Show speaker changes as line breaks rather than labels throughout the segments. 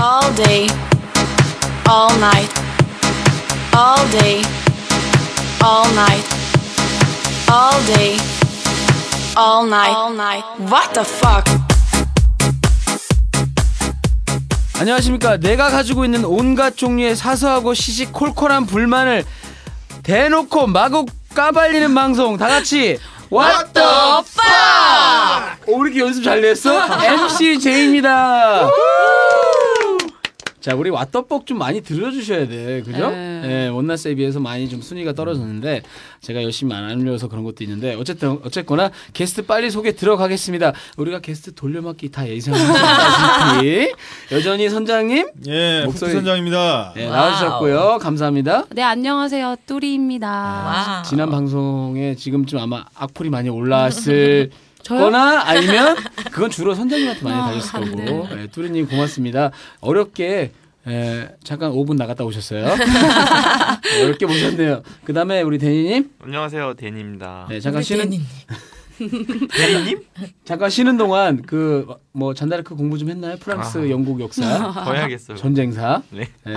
all day, all night, all day, all night, all day, all night, all night. What the fuck?
안녕하십니까. 내가 가지고 있는 온갖 종류의 사소하고 시시콜콜한 불만을 대놓고 마구 까발리는 방송 다 같이 What the fuck! 오, 이렇게 연습 잘 냈어? MC 제이입니다. 자, 우리 왓더벅 좀 많이 들려주셔야 돼. 그죠? 예, 원나스에 비해서 많이 좀 순위가 떨어졌는데, 제가 열심히 안 알려서 그런 것도 있는데, 어쨌든, 어쨌거나, 게스트 빨리 소개 들어가겠습니다. 우리가 게스트 돌려막기 다 예상하셨다시피, 여전히 선장님,
예, 목소
목소리-
선장입니다.
예, 나와주셨고요. 감사합니다.
네, 안녕하세요. 뚜리입니다.
지난 방송에 지금쯤 아마 악플이 많이 올라왔을
저요?
거나 아니면 그건 주로 선장님한테 많이 달렸을 거고 예, 뚜리님 고맙습니다 어렵게 예, 잠깐 5분 나갔다 오셨어요 어렵게 모셨네요 그 다음에 우리 대니님
안녕하세요 데니입니다.
네, 잠깐 쉬는 대니님 잠깐 쉬는 동안 그 뭐 잔다르크 공부 좀 했나요 프랑스
아.
영국 역사
더 해야겠어요.
전쟁사
네.
예.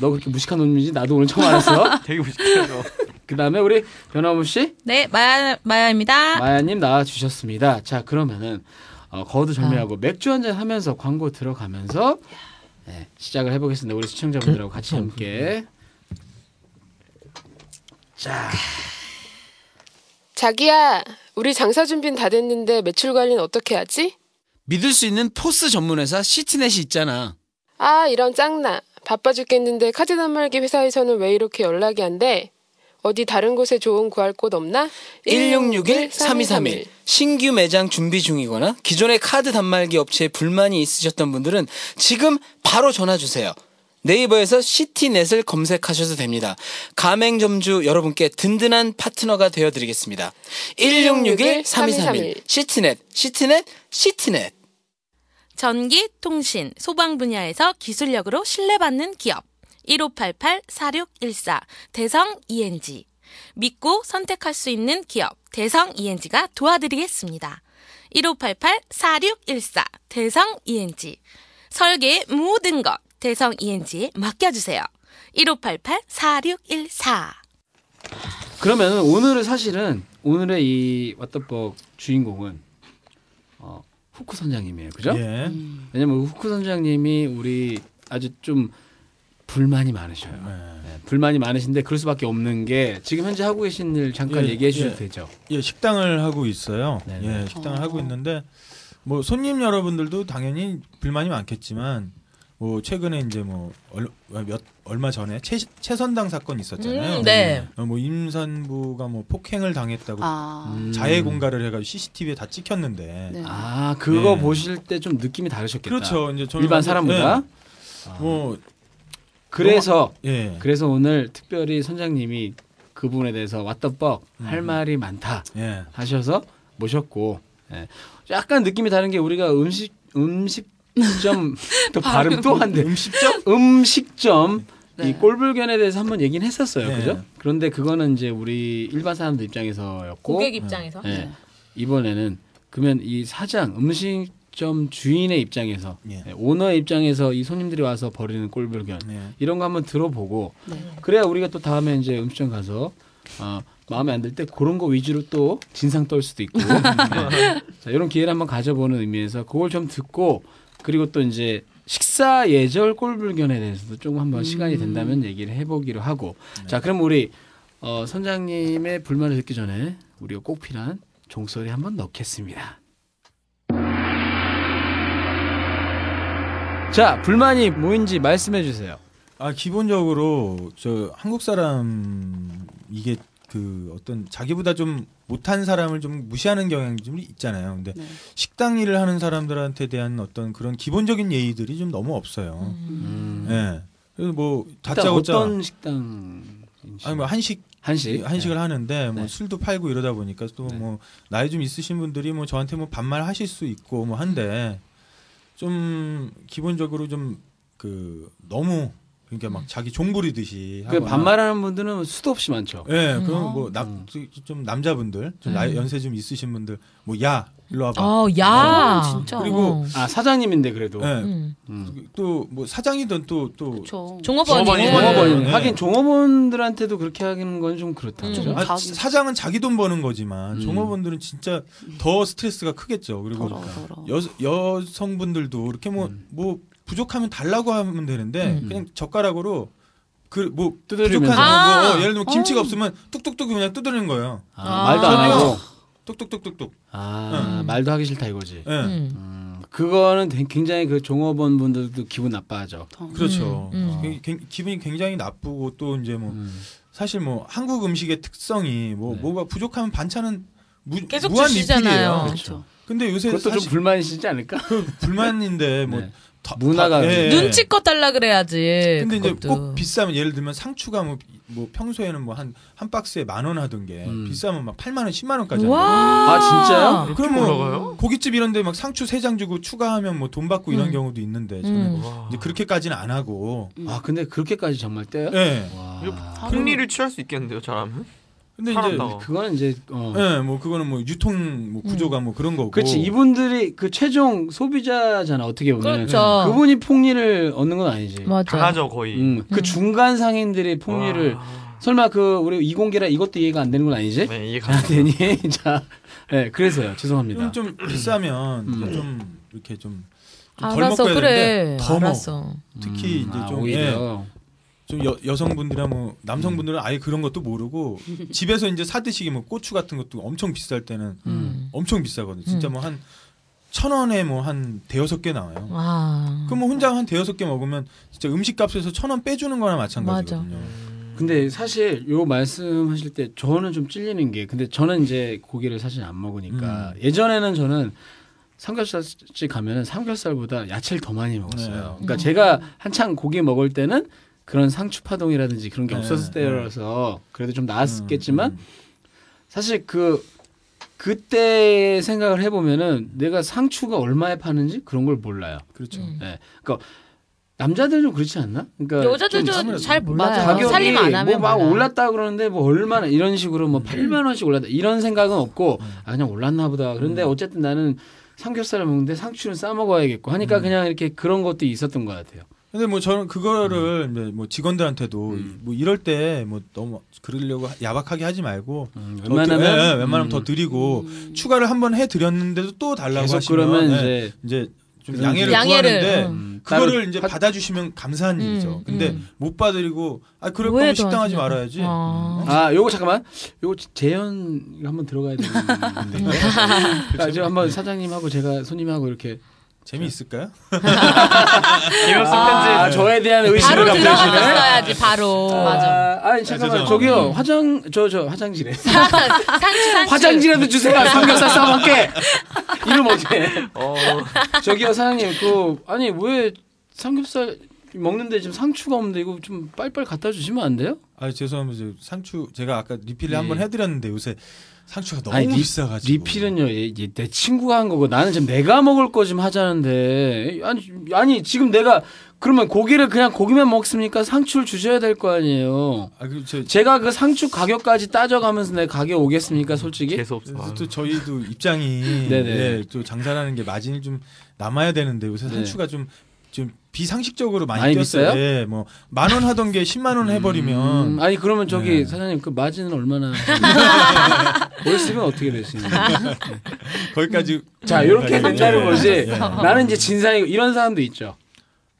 너 그렇게 무식한 놈인지 나도 오늘 처음 알았어
되게 무식해요.
그 다음에 우리 변함없이
네, 마야, 마야입니다.
마야님 나와주셨습니다. 자 그러면은 어,
아.
거두절미하고 맥주 한잔 하면서 광고 들어가면서 네, 시작을 해보겠습니다. 우리 시청자분들하고 같이
음.
함께. 자
자기야, 우리 장사 준비는 다 됐는데 매출 관리는 어떻게 하지?
믿을 수 있는 포스 전문회사 시티넷이 있잖아.
아, 이런 짱나. 바빠 죽겠는데 카드 단말기 회사에서는 왜 이렇게 연락이 안 돼? 어디 다른 곳에 좋은 구할 곳 없나?
1661-3231. 신규 매장 준비 중이거나 기존의 카드 단말기 업체에 불만이 있으셨던 분들은 지금 바로 전화 주세요. 네이버에서 시티넷을 검색하셔도 됩니다. 가맹점주 여러분께 든든한 파트너가 되어드리겠습니다. 1661-3231. 시티넷, 시티넷, 시티넷.
전기, 통신, 소방 분야에서 기술력으로 신뢰받는 기업. 1588-4614. 대성 ENG. 믿고 선택할 수 있는 기업. 대성 ENG가 도와드리겠습니다. 1588-4614. 대성 ENG. 설계의 모든 것. 대성 ENG에 맡겨주세요. 1588-4614.
그러면은 오늘은 사실은 오늘의 이 왓더벅 주인공은 어, 후쿠 선장님이에요. 그죠?
예.
왜냐면 후쿠 선장님이 우리 아주 좀 불만이 많으셔요.
예.
네, 불만이 많으신데 그럴 수밖에 없는 게 지금 현재 하고 계신 일 잠깐
예,
얘기해 주셔도
예.
되죠.
예, 식당을 하고 있어요.
네네.
예, 식당을 하고 있는데 뭐 손님 여러분들도 당연히 불만이 많겠지만 뭐 최근에 이제 뭐 얼, 몇 얼마 전에 최, 최선당 사건 있었잖아요.
음, 네.
어, 뭐 임산부가 뭐 폭행을
네,
당했다고
아,
자해 공갈을 해가지고 CCTV에 다 찍혔는데.
네.
음. 아 그거
네.
보실 때 좀 느낌이 다르셨겠다.
그렇죠. 이제 저는
일반 사람보다.
네, 뭐
그래서
예.
그래서 오늘 특별히 선장님이 그 부분에 대해서 왓더벅
음.
할 말이 많다
예.
하셔서 모셨고 예. 약간 느낌이 다른 게 우리가 음식 음식점 또 발음 또 한데 음식점 음식점 이 꼴불견에 대해서 한번 얘기는 했었어요,
네.
그죠? 그런데 그거는 이제 우리 일반 사람들 입장에서였고
고객 입장에서.
예. 이번에는 그러면 이 사장 음식점 주인의 입장에서
예.
예, 오너의 입장에서 이 손님들이 와서 벌이는 꼴불견
예.
이런 거 한번 들어보고 그래야 우리가 또 다음에 이제 음식점 가서 어, 마음에 안 들 때 그런 거 위주로 또 진상 떨 수도 있고 네. 자, 이런 기회를 한번 가져보는 의미에서 그걸 좀 듣고 그리고 또 이제 식사 예절 꼴불견에 대해서도 조금 한번 시간이 된다면 얘기를 해보기로 하고 자 그럼 우리 어, 선장님의 불만을 듣기 전에 우리가 꼭 필요한 종소리 한번 넣겠습니다. 자 불만이 뭐인지 말씀해 주세요.
아 기본적으로 저 한국 사람 이게 그 어떤 자기보다 좀 못한 사람을 좀 무시하는 경향이 좀 있잖아요. 근데
네.
식당 일을 하는 사람들한테 대한 어떤 그런 기본적인 예의들이 좀 너무 없어요. 예. 그래서 뭐
일단
다짜고짜
그러니까 어떤 식당
아니 뭐 한식
한식
한식을 하는데 뭐
네.
술도 팔고 이러다 보니까 또 뭐 나이 좀 있으신 분들이 뭐 저한테 뭐 반말 하실 수 있고 뭐 한데 좀 기본적으로 좀 그 너무 그러니까 막 자기 종부리듯이
음. 그
하거나.
반말하는 음. 분들은 수도 없이 많죠.
예, 그럼 뭐남좀 남자분들,
음.
좀 나이, 연세 좀 있으신 분들, 뭐 야 일로 와봐.
어, 야.
어, 진짜.
그리고-
어.
아 사장님인데 그래도
예,
음.
음.
또뭐 사장이던 또또
그렇죠.
종업원이.
종업원이.
종업원
네.
하긴 종업원들한테도 그렇게 하는 건 좀 그렇다.
음.
그죠?
아,
다-
지- 사장은 자기 돈 버는 거지만
음.
종업원들은 진짜 더 스트레스가 크겠죠. 그리고
더러워, 더러워.
여, 여성분들도 이렇게 뭐 뭐
음.
부족하면 달라고 하면 되는데
음.
그냥 젓가락으로 그 뭐
두드리면서.
부족한
아.
거 뭐, 예를 들면 김치가 없으면 뚝뚝뚝 그냥 두드리는 거예요.
아, 말도 안
그럼요.
하고
뚝뚝뚝뚝뚝.
아
음.
말도 하기 싫다 이거지.
예.
음.
음, 그거는 되- 굉장히 그 종업원 분들도 기분 나빠하죠.
그렇죠.
음, 음.
굉- 굉- 기분이 굉장히 나쁘고 또 이제 뭐
음.
사실 뭐 한국 음식의 특성이 뭐
네.
뭐가 부족하면 반찬은 무,
계속
무한
주시잖아요.
리필이에요.
그렇죠.
근데 요새
그것도
사실 그
좀 불만이시지 않을까?
불만인데 뭐
네.
다-
문화가
다- 예, 예.
눈치껏 달라 그래야지.
근데 이제
네, 그것도.
꼭 비싸면 예를 들면 상추가 뭐, 뭐 평소에는 뭐 한 한 박스에 만 원 하던 게
음.
비싸면 막 8만 원, 10만 원까지.
와.
아, 진짜요?
이렇게
그럼 뭐-
올라가요?
고깃집 이런 데 막 상추 세 장 주고 추가하면 뭐 돈 받고 이런
음.
경우도 있는데 저는
음.
와.
이제 그렇게까지는 안 하고.
아 근데 그렇게까지 정말 떼요?
예.
와.
이거 폭리를 취할 수 있겠는데요, 잘하면?
근데
아.
이제
사람다워.
그거는 이제 어.
예, 뭐 그거는 뭐 유통 뭐 구조가
음.
뭐 그런 거고.
그렇지 이분들이 그 최종 소비자잖아 어떻게 보면
그렇죠.
분이 폭리를 얻는 건 아니지.
맞아.
강하죠, 거의.
음, 그
음.
중간 상인들이 폭리를
와.
설마 그 우리 이공계라 이것도 이해가 안 되는 건 아니지?
네, 이게
안
강하죠.
되니 자, 네, 그래서요 죄송합니다.
좀, 좀 비싸면
음.
좀 이렇게 좀. 좀덜
아, 알았어,
먹어야
되는데
되는데 더 먹어.
알았어.
특히 이제
아,
좀, 예,
오히려
좀 여, 여성분들이나 뭐 남성분들은 아예 그런 것도 모르고 집에서 이제 사드시기 뭐 고추 같은 것도 엄청 비쌀 때는
음.
엄청 비싸거든요. 진짜 뭐 한 천 원에 뭐 한 대여섯 개 나와요.
아.
그럼 뭐 혼자 한 대여섯 개 먹으면 진짜 음식값에서 천 원 빼주는 거나 마찬가지거든요. 음.
근데 사실 요 말씀하실 때 저는 좀 찔리는 게 근데 저는 이제 고기를 사실 안 먹으니까
음.
예전에는 저는 삼겹살집 가면은 삼겹살보다 야채를 더 많이 먹었어요.
네.
음.
그러니까 제가 한창 고기 먹을 때는 그런 상추 파동이라든지 그런 게
네,
없었을
네.
때라서 그래도 좀 나았겠지만
음, 음.
사실 그 그때 생각을 해보면은 내가 상추가 얼마에 파는지 그런 걸 몰라요. 네. 그러니까
그렇죠.
음.
남자들은 좀 그렇지 않나? 그러니까 좀
여자들도
아무래도-
잘 몰라요.
가격이
살림 안 하면
뭐 막
몰라.
올랐다 그러는데 뭐 얼마나 이런 식으로 뭐 8만 원씩 올랐다 이런 생각은 없고
음.
아 그냥 올랐나 보다. 그런데 어쨌든 나는 삼겹살을 먹는데 상추는 싸 먹어야겠고 하니까
음.
그냥 이렇게 그런 것도 있었던 것 같아요.
근데 뭐 저는 그거를 이제 뭐 직원들한테도
음.
뭐 이럴 때 뭐 너무 그러려고 야박하게 하지 말고 더 드-
음, 웬만하면
예, 예, 웬만하면
음,
더 드리고 추가를 한번 해드렸는데도 또 달라고
계속
하시면
그러면
예,
이제
이제 좀
그래서
양해를,
양해를,
구하는데
음.
음,
그거를
따로
이제
파-
받아주시면 감사한
음,
일이죠. 근데
음.
못 받으리고 아 그럴
왜
거면
더
식당하지
하시냐고.
말아야지. 음.
아.
아 요거 잠깐만 요거 재현 한번 들어가야 되는데 그러니까 지금 한번 사장님하고 제가 손님하고 이렇게
재미있을까요?
김영수
아,
편지.
저에 대한 의심을
바로
갖고 계시네.
들어갔었어야지 바로.
아, 아니 잠깐만
죄송합니다.
저기요 화장 저 저 화장실에
상추 상추.
화장지라도 주세요. 아, 삼겹살 싸먹게. 이름 어떻게?
어,
저기요 사장님 그 아니 왜 삼겹살 먹는데 지금 상추가 없는데 이거 좀 빨리빨리 갖다 주시면 안 돼요?
아 죄송합니다. 저 상추 제가 아까 리필을
예.
한번 해드렸는데 요새 상추가 너무
아니, 리-
비싸가지고
리필은요 얘- 얘내 친구가 한 거고 나는 지금 내가 먹을 거 좀 하자는데 아니 아니 지금 내가 그러면 고기를 그냥 고기만 먹습니까? 상추를 주셔야 될 거 아니에요.
아 그리고 저
제가 그 상추 가격까지 따져가면서 내 가게 오겠습니까? 솔직히
계속 없어.
그래서 또 저희도 입장이
네네.
예, 또 장사라는 게 마진이 좀 남아야 되는데 요새
네.
상추가 좀 좀 비상식적으로 많이,
많이
뛰었어요.
비싸요?
예, 뭐만 원 하던 게 10만 원 해버리면
음, 아니 그러면 저기
네.
사장님 그 마진은 얼마나 월세면 어떻게 되시는
거기까지
자 이렇게 된다는 거지
예.
나는 이제 진상이고 이런 사람도 있죠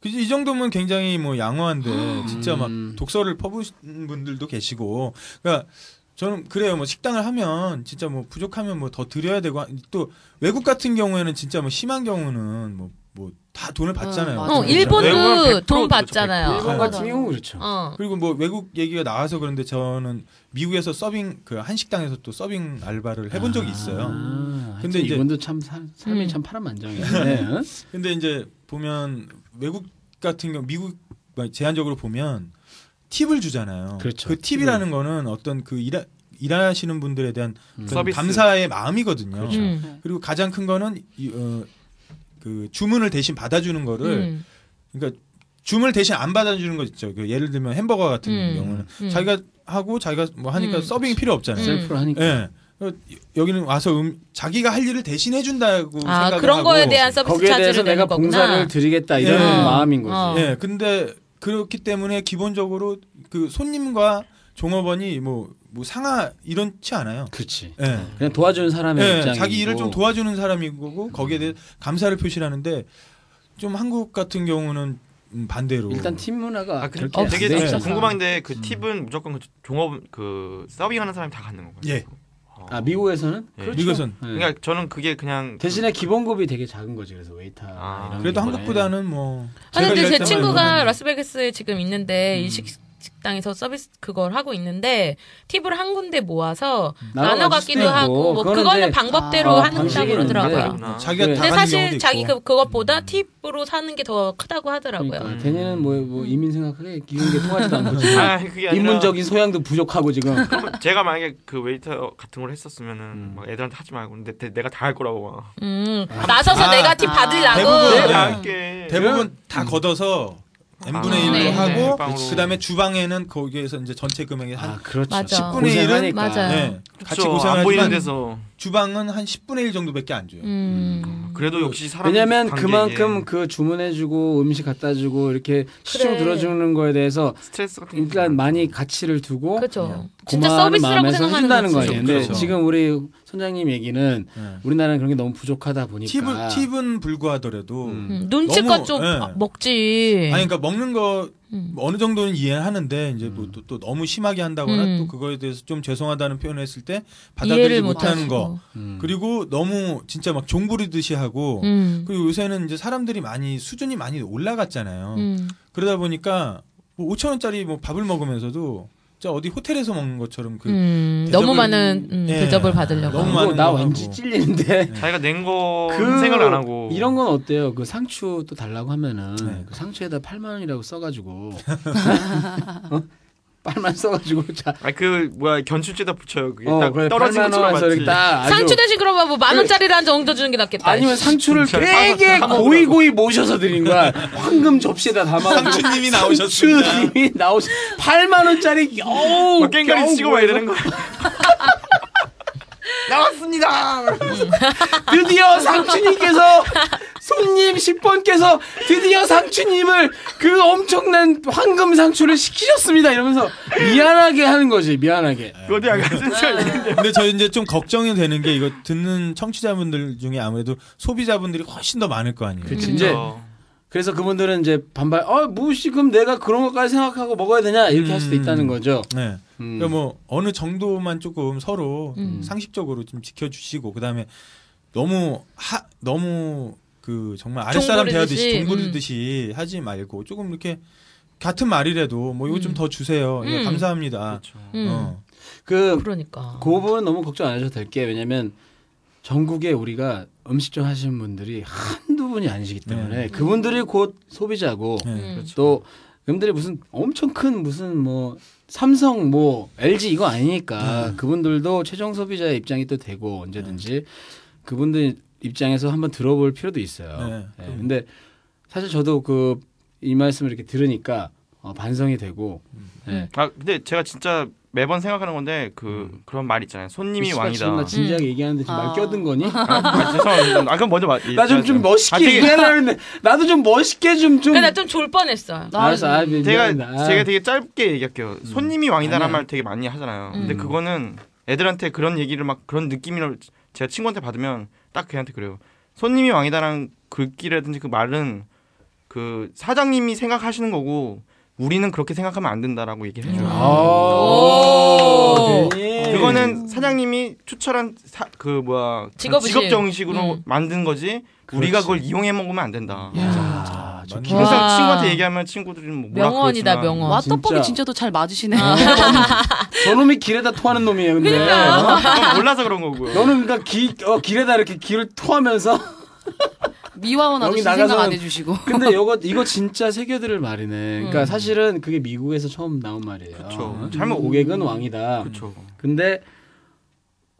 그지 이 정도면 굉장히 뭐 양호한데 진짜 막
음.
독서를 퍼부신 분들도 계시고 그러니까 저는 그래요 뭐 식당을 하면 진짜 뭐 부족하면 뭐 더 드려야 되고 하- 또 외국 같은 경우에는 진짜 뭐 심한 경우는 뭐 뭐 다 돈을 받잖아요. 그렇죠? 네.
어,
어,
맞아.
일본도
외국은
돈
100%
받잖아요.
일본 같은 경우 그렇죠
어.
그리고 뭐 외국 얘기가 나와서 그런데 저는 미국에서 서빙 그 한식당에서 또 서빙 알바를 해본 적이 있어요.
아, 근데
근데 이제-
이분도 참 사- 삶이
음.
참 파란만장이네 응?
근데 이제 보면 외국 같은 경우 미국 뭐 제한적으로 보면 팁을 주잖아요.
그렇죠.
그 팁이라는
음.
거는 어떤 그 일하, 일하시는 분들에 대한
음.
그
서비스.
감사의 마음이거든요.
그렇죠.
음.
그리고 가장 큰 거는 이, 어, 그 주문을 대신 받아주는 거를
음.
그러니까 줌을 대신 안 받아주는 거 있죠. 그 예를 들면 햄버거 같은
음,
경우는
음.
자기가 하고 자기가 뭐 하니까
음.
서빙이 필요 없잖아요.
음.
셀프로 하니까
예. 어, 여기는 와서 음, 자기가 할 일을 대신 해준다고
아
생각을
그런
하고
거에 대한 서비스
거기에 대해서
차지를 내는
내가
거구나.
봉사를 드리겠다 이런
예.
마음인 거지.
어.
예, 근데 그렇기 때문에 기본적으로 그 손님과 종업원이 뭐, 뭐 상하 이런치 않아요.
그렇지.
예.
그냥 도와주는 어, 사람의
예,
입장이고
자기 일을 좀 도와주는 사람이고 거기에 대해 감사를 표시하는데 좀 한국 같은 경우는 음, 반대로
일단 팀 문화가
아, 그,
그렇게
어,
안
되게
돼
진짜
있잖아.
궁금한데 그 팁은 무조건 그 종업 그 서빙하는 사람이 다 갖는 건가요?
예.
어.
아 미국에서는
예.
그렇죠.
미국은
예.
그러니까 저는 그게 그냥
대신에 기본급이 되게 작은 거지 그래서 웨이터
아,
이런
그래도
거에.
한국보다는 뭐
아니,
제가
근데
일할
제
때만 음.
친구가
보면은
라스베이거스에 지금 있는데 일식 식당에서 서비스 그걸 하고 있는데 팁을 한 군데 모아서
나눠
나눠
가질 수도
갖기도
있고,
하고 뭐
그거는
그거는
이제
방법대로
아,
한다고
방식이
그러더라고요.
있는데.
나
음, 자기가
네.
다 가는 경우도
근데 사실
있고.
자기 그 그것보다 팁으로 사는 게 더 크다고 하더라고요.
그러니까 대니는 뭐, 뭐 이민 생각하게 이런 게 통하지도 않고 지금
아, 그게 아니라
인문적인 소양도 부족하고 지금
제가 만약에 그 웨이터 같은 걸 했었으면은 막 애들한테 하지 말고 근데 대- 내가 다 할 거라고 막
음, 나서서
아.
내가 팁
대부분
받으려고.
내가
네.
그
할게.
대부분 다 걷어서 n 분의 1로
음. 네.
하고
빵으로.
그다음에 주방에는 거기에서 이제 전체 금액의 한
아 그렇죠
맞아.
10분의 1은
맞아요.
네, 같이
그쵸, 그렇죠. 안 보이는
고생하지만
데서
주방은 한 10분의 1 정도밖에 안 줘요.
음.
그래도 역시 사람
왜냐면
관계에
그만큼 그 주문해주고 음식 갖다주고 이렇게 시중 들어주는 거에 대해서
스트레스 같은 게
일단 많이 가치를 두고
그렇죠. 진짜
고마운
서비스라고
마음에서
생각하는
해준다는 거 아니에요.
거지.
근데
그렇죠.
지금 우리 선장님 얘기는
네.
우리나라는 그런 게 너무 부족하다 보니까
팁은 팁은 불구하더라도
그러니까. 음.
음, 눈치껏
너무,
좀
예.
아, 먹지.
아니 그러니까 먹는 거
음.
어느 정도는 이해하는데 이제 뭐
음.
또, 또 너무 심하게 한다거나
음.
또 그거에 대해서 좀 죄송하다는 표현을 했을 때 받아들이지
이해를
못하는
못하시고.
거
음.
그리고 너무 진짜 막 종부리듯이 하고
음.
그리고 요새는 이제 사람들이 많이 수준이 많이 올라갔잖아요.
음.
그러다 보니까 뭐 5천 원짜리 뭐 밥을 먹으면서도 진짜 어디 호텔에서 먹는 것처럼 그
음,
대접을-
너무 많은 음,
예.
대접을 받으려고.
너무
아, 이거
많은
나
거
왠지
하고.
찔리는데
네. 자기가 낸거
그-
생각을 안 하고
이런 건 어때요? 그 상추 또 달라고 하면은
네.
그 상추에다 8만 원이라고 써가지고 어? 8만 원 써가지고 자
아그 뭐야 견출제다 붙여요 그게
어,
딱
그래,
떨어진
8만
것처럼
원에서 이렇게
맞지
딱 아주
상추 대신 그러면 뭐만 원짜리를 한 정도 주는 게 낫겠다.
아니면 상추를 되게 고이 고이 모셔서 드린 거야. 황금 접시에다 담아.
상추님이 나오셨습니다.
상추님이 나오셔. 8만 원짜리 겨우.
막뭐 깽가리
겨우
치고 막 이러는 거야
네.
나왔습니다
드디어 상추님께서 손님 10번께서 드디어 상추님을 그 엄청난 황금 상추를 시키셨습니다. 이러면서 미안하게 하는 거지. 미안하게.
어디 안
아,
가서
근데 저 이제 좀 걱정이 되는 게 이거 듣는 청취자분들 중에 아무래도 소비자분들이 훨씬 더 많을 거 아니에요.
그치. 이제
그렇죠.
그래서 그분들은 이제 반발. 어, 무시 그럼 내가 그런 것까지 생각하고 먹어야 되냐 이렇게 할 수도
음.
있다는 거죠.
네.
음.
그러니까 뭐 어느 정도만 조금 서로
음.
상식적으로 좀 지켜주시고 그다음에 너무 하 너무 그 정말 아랫사람
종부리듯이, 음.
대하듯이 동부리듯이 하지 말고 조금 이렇게 같은 말이라도 뭐 이거 좀 더 주세요. 예,
음.
감사합니다.
음.
어.
그
그러니까.
그 부분은 너무 걱정 안 하셔도 될 게 왜냐면 전국에 우리가 음식점 하시는 분들이 한두 분이 아니시기 때문에
네.
그분들이 곧 소비자고
네.
음.
또 그분들이 무슨 엄청 큰 무슨 뭐 삼성 뭐 LG 이거 아니니까 그분들도 최종 소비자의 입장이 또 되고 언제든지 그분들 입장에서 한번 들어볼 필요도 있어요.
네.
예, 근데 사실 저도 그 이 말씀을 이렇게 들으니까 어, 반성이 되고 예.
아 근데 제가 진짜 매번 생각하는 건데 그
음.
그런 말 있잖아요 손님이
씨발,
왕이다
지금 나 진지하게 얘기하는데 지금 말
아.
껴든 거니?
아, 아, 죄송합니다 아 그럼 먼저 말
나 좀 좀 멋있게
아, 되게-
얘기하려고 했는데 나도 좀 멋있게 좀 좀.
그러니까 나 좀 졸 뻔했어.
알았어, 아, 미안,
제가
미안. 아,
제가 되게 짧게 얘기할게요.
음.
손님이 왕이다라는
아니야.
말 되게 많이 하잖아요. 근데 그거는 애들한테 그런 얘기를 막 그런 느낌을 제가 친구한테 받으면 딱 걔한테 그래요. 손님이 왕이다라는 글귀라든지 그 말은 그 사장님이 생각하시는 거고 우리는 그렇게 생각하면 안 된다라고 얘기를
음.
해줘요.
아,
오.
괜히.
그거는 사장님이 추천한 사, 그 뭐야
음. 직업의식.
직업 정식으로
음.
만든 거지 우리가 그걸 이용해 먹으면 안 된다.
야, 저
맞네.
기-
와.
그래서 친구한테 얘기하면 친구들이 뭐 뭐라
명언이다
그러지만
명언.
진짜.
어,
아.
왓더법이 진짜 또 잘 맞으시네.
저놈이 길에다 토하는 놈이에요. 근데
그건 몰라서 그런 거고요.
너는 그러니까 기, 어, 길에다 이렇게 길을 토하면서
미화원
여기
아저씨
나가서는-
생각 안 해주시고.
근데 이거 이거 진짜 새겨들을 말이네. 그러니까 사실은 그게 미국에서 처음 나온 말이에요.
그쵸.
잘못
잘못-
고객은 왕이다.
그렇죠.
근데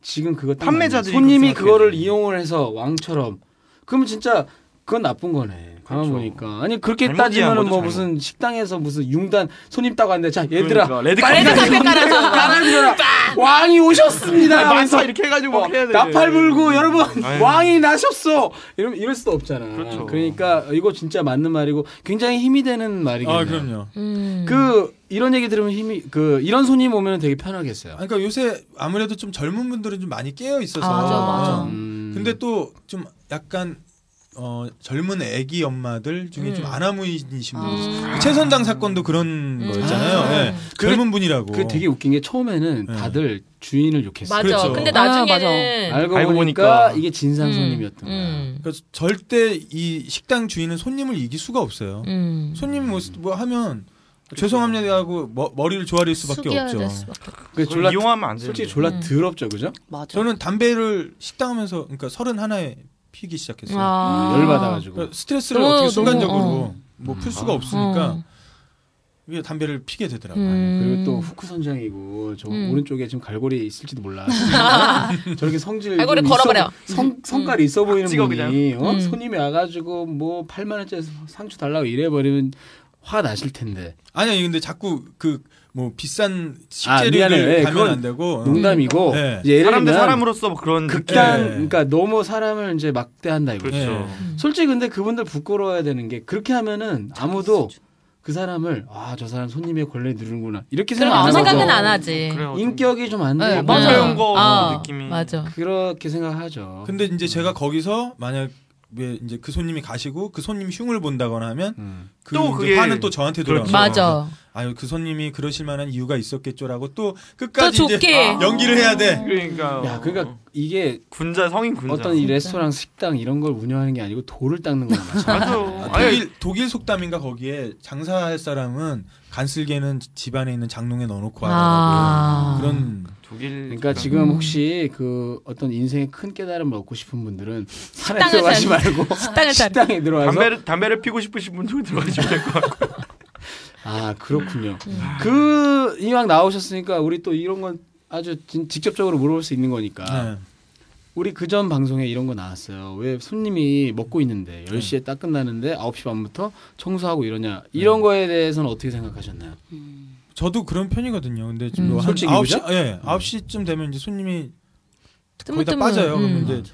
지금 그거 딱
판매자들이
손님이
그렇게
그거를
생각해요.
이용을 해서 왕처럼 그러면 진짜 그건 나쁜 거네. 가만
그렇죠.
보니까 아니 그렇게
잘못 이해한
따지면은
거죠,
뭐
잘못.
무슨 식당에서 무슨 융단 손님 따고 왔는데 자 얘들아
그러니까, 레드
빨리
카펫.
나가라. 나를 들어라 왕이 오셨습니다
아, 만사
하면서
이렇게 뭐 해가지고 막 해야 돼.
나팔 불고 여러분
아유.
왕이 나셨어 이러면 이럴 수도 없잖아
그렇죠.
러니까 이거 진짜 맞는 말이고 굉장히 힘이 되는 말이겠네요
아 그럼요.
음.
그 이런 얘기 들으면 힘이 그 이런 손님 오면 되게 편하겠어요
아, 그러니까 요새 아무래도 좀 젊은 분들은 좀 많이 깨어 있어서.
아, 맞아, 맞아.
음.
음.
근데 또 좀 약간 어 젊은 애기 엄마들 중에
음.
좀 아나무이신 분들
음.
있어요. 최선당 사건도 그런
음.
거였잖아요.
아.
예.
그게-
젊은 분이라고.
뭐.
그 되게 웃긴 게 처음에는
네.
다들 주인을 욕했어.
맞아.
그렇죠.
근데
아,
나중에는
알고,
알고
보니까,
보니까
이게 진상
음,
손님이었던 거야.
음.
그래서 그러니까 절대 이 식당 주인은 손님을 이길 수가 없어요.
음.
손님 뭐, 뭐 하면 죄송합니다 하고 머, 머리를 조아릴 수밖에
숙여야
없죠.
될 수밖에 없-
그 졸라
이용하면 안 돼.
솔직히 졸라
음.
더럽죠, 그죠?
맞아.
저는 담배를 식당하면서 그러니까 서른 하나에 피기 시작했어요.
아.
열받아가지고.
그러니까 스트레스를
너무,
어떻게
너무,
순간적으로
어.
뭐 풀 수가 없으니까 이게 담배를 피게 되더라고요.
음.
그리고 또 후크 선장이고 저
음.
오른쪽에 지금 갈고리 있을지도 몰라. 저렇게 성질
갈고리
좀
걸어버려.
있어, 성 성깔이 있어 보이는
찍어,
분이 어?
음.
손님이 와가지고 뭐 8만 원짜리 상추 달라고 이래 버리면 화 나실 텐데
아니야, 근데 자꾸 그 뭐 비싼
아, 미안해요.
식재료를
예,
가면
그건
안 되고
농담이고
네.
이제 예를
음. 사람 대
들면
사람으로서 뭐 그런
극단
네.
그러니까 너무 사람을 이제 막대한다 이거.
느낌. 그렇죠.
솔직히 근데 그분들 부끄러워야 되는 게 그렇게 하면은 아무도 그 사람을 아 저 사람 손님의 권리 누르는구나 이렇게
그럼
생각 안
아무
하고
생각은 안 하지.
그래요.
인격이 좀 안
네,
돼요.
맞아요.
맞아.
배운 뭐 거
아,
느낌이.
맞아.
그렇게 생각하죠.
어. 근데 이제 제가 거기서 만약 왜 이제 그 손님이 가시고 그 손님 흉을 본다거나 하면
음.
그
또
이제
그게-
화는 또 저한테 돌아와요.
그렇죠.
맞아.
아유 그 손님이 그러실 만한 이유가 있었겠죠라고 또 끝까지
또 좋게.
이제 연기를 해야 돼.
그러니까.
네. 야 그러니까 이게
군자 성인 군자.
어떤 이 레스토랑 식당 이런 걸 운영하는 게 아니고 돌을 닦는 거예요. 그러니까
맞아. 음. 아니
독일 독일 속담인가 거기에 장사할 사람은 간슬개는 집안에 있는 장롱에 넣어놓고 하라고
아.
그런
독일.
그러니까
음.
지금 혹시 그 어떤 인생의 큰 깨달음을 얻고 싶은 분들은 산에
식당을
들어가지
잘-
말고
식당을 잘-
식당에 들어와서
담배를 담배를 피고 싶으신 분 저기 들어가시면 될 것 같고.
아 그렇군요.
음.
그 이왕 나오셨으니까 우리 또 이런 건 아주 진- 직접적으로 물어볼 수 있는 거니까
네.
우리 그 전 방송에 이런 거 나왔어요. 왜 손님이 먹고 있는데 10시에 딱 끝나는데 9시 반부터 청소하고 이러냐 이런 거에 대해서는 어떻게 생각하셨나요?
저도 그런 편이거든요. 근데 지금
음.
뭐한
솔직히
아홉 시
그죠?
예, 아홉 시쯤 되면 이제 손님이 거의 다
뜨문뜨문.
빠져요.
음.
그럼 이제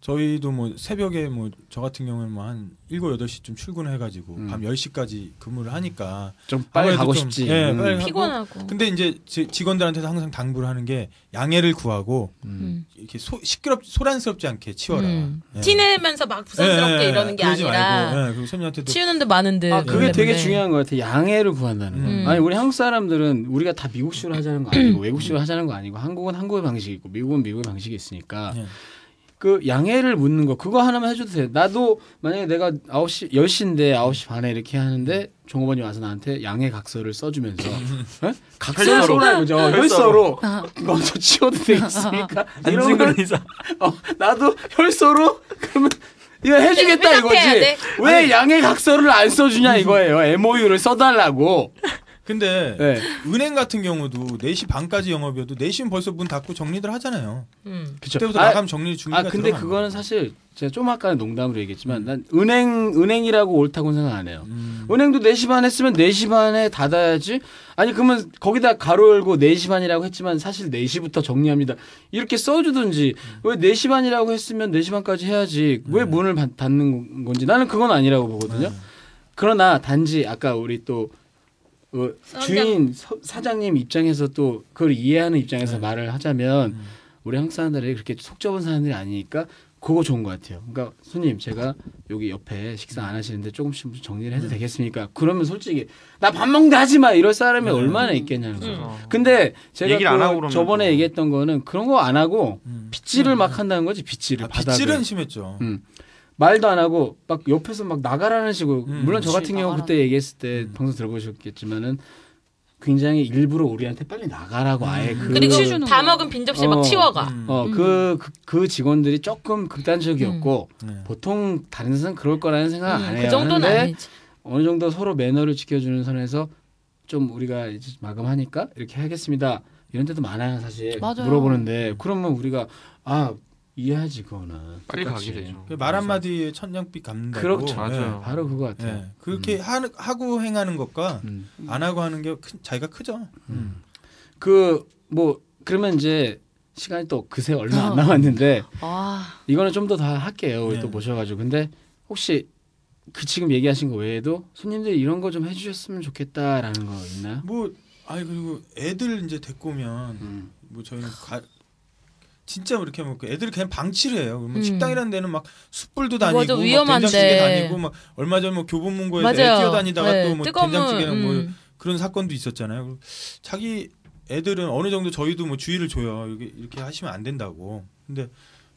저희도 뭐 새벽에 뭐 저 같은 경우는 뭐한 일곱 여덟 시쯤 출근해 가지고
음.
밤 10시까지 근무를 하니까
좀 빨리
아무래도
가고
좀-
싶지.
예,
음.
빨리 하고.
피곤하고.
근데 이제 지- 직원들한테도 항상 당부를 하는 게 양해를 구하고
음.
음.
이렇게 소, 시끄럽 소란스럽지 않게 치워라.
음.
예.
티내면서 막 부산스럽게
예, 예,
이러는 게
그러지
아니라
말고, 예, 그리고 손님한테도
치우는데 많은 듯.
아 그게 되게
때문에.
중요한 것 같아. 양해를 구한다는 거.
음.
아니 우리 한국 사람들은 우리가 다 미국식으로 하자는 거 아니고 외국식으로 하자는 거 아니고 한국은 한국의 방식이 있고 미국은 미국의 방식이 있으니까
예.
그 양해를 묻는 거 그거 하나만 해줘도 돼. 나도 만약에 내가 9시 10시인데 9시 반에 이렇게 하는데 종업원이 와서 나한테 양해 각서를 써주면서 에? 각서를 어,
혈서로.
써라 그죠? 혈서로
혈서로.
먼저 치워도 돼 있으니까 아. 이런 걸
안진근 의사.
어, 나도 혈서로 그러면 이거 해주겠다
왜 답해야
이거지.
네, 돼? 아, 네.
왜 양해 각서를 안 써주냐 이거예요. MOU를 써달라고.
근데
예.
은행 같은 경우도 4시 반까지 영업이어도 4시면 벌써 문 닫고 정리들 하잖아요.
음.
그쵸.
그때부터
아,
나가면 정리 중이가
아 근데 그거는 사실 제가 좀 아까는 농담으로 얘기했지만 난 은행 은행이라고 옳다고는 생각 안 해요.
음.
은행도 4시 반 했으면 4시 반에 닫아야지. 아니 그러면 거기다 가로 열고 4시 반이라고 했지만 사실 4시부터 정리합니다. 이렇게 써주든지
음.
왜 4시 반이라고 했으면 4시 반까지 해야지.
네.
왜 문을 닫- 닫는 건지 나는 그건 아니라고 보거든요. 그러나 단지 아까 우리 또 어, 주인 서- 사장님 입장에서 또 그걸 이해하는
네.
입장에서 말을 하자면 우리 한국 사람들이 그렇게 속 좁은 사람들이 아니니까 그거 좋은 것 같아요. 그러니까 손님 제가 여기 옆에 식사 안 하시는데 조금씩 무슨 정리를
네.
해도 되겠습니까? 그러면 솔직히 나 밥 먹는데 하지 마 이럴 사람이 얼마나 있겠냐는 거죠. 근데 제가
네. 음. 얘기를 안 하고
그
그러면
저번에
또.
얘기했던 거는 그런 거 안 하고
음.
빗질을 막 한다는 거지 빗질을
아,
바닥을
빗질은 심했죠.
음. 말도 안 하고 막 옆에서 막 나가라는 식으로
음.
물론 저
그치,
같은 경우
나가라.
그때 얘기했을 때
음.
방송 들어보셨겠지만은 굉장히 일부러 우리한테 빨리
음.
나가라고 아예 그
그리고
치우는
다
거.
먹은 빈접시 막
어.
치워가.
음.
어, 그, 그, 그 직원들이 조금 극단적이었고,
네.
보통 다른 사람 그럴 거라는 생각
음,
안 해요.
그 정도는
하는데
아니지.
어느 정도 서로 매너를 지켜주는 선에서 좀 우리가 이제 마감하니까 이렇게 하겠습니다. 이런 데도 많아요, 사실.
맞아요.
물어보는데, 그러면 우리가, 아, 이해하지 그거는.
빨리
똑같이.
가게 되죠.
그말 한마디에 천냥빛 갚는다고.
그렇죠.
맞아요.
바로 그거
예.
네.
같아요.
예. 그렇게 하는- 하고 행하는 것과
음.
안 하고 하는 게 큰 차이가 크죠. 음.
그 뭐 그러면 이제 시간이 또 그새 얼마
어.
안 남았는데
아,
이거는 좀 더 다 할게요. 우리
네.
또 모셔가지고 근데 혹시 그 지금 얘기하신 거 외에도 손님들이 이런 거 좀 해주셨으면 좋겠다라는 거 있나요?
뭐 아니 그리고 애들 이제 데리고 오면
음.
뭐 저희는 가, 진짜 그렇게 하면 그 애들이 그냥 방치를 해요. 그러면
음.
식당이라는 데는 막 숯불도
맞아,
다니고 막
위험한데.
된장찌개 다니고 막 얼마 전에 뭐 교보문고에 애
맞아요.
뛰어다니다가
네,
또 뭐
뜨거운
된장찌개랑 뭐
음.
그런 사건도 있었잖아요. 그리고 자기 애들은 어느 정도 저희도 뭐 주의를 줘요. 이렇게 이렇게 하시면 안 된다고. 근데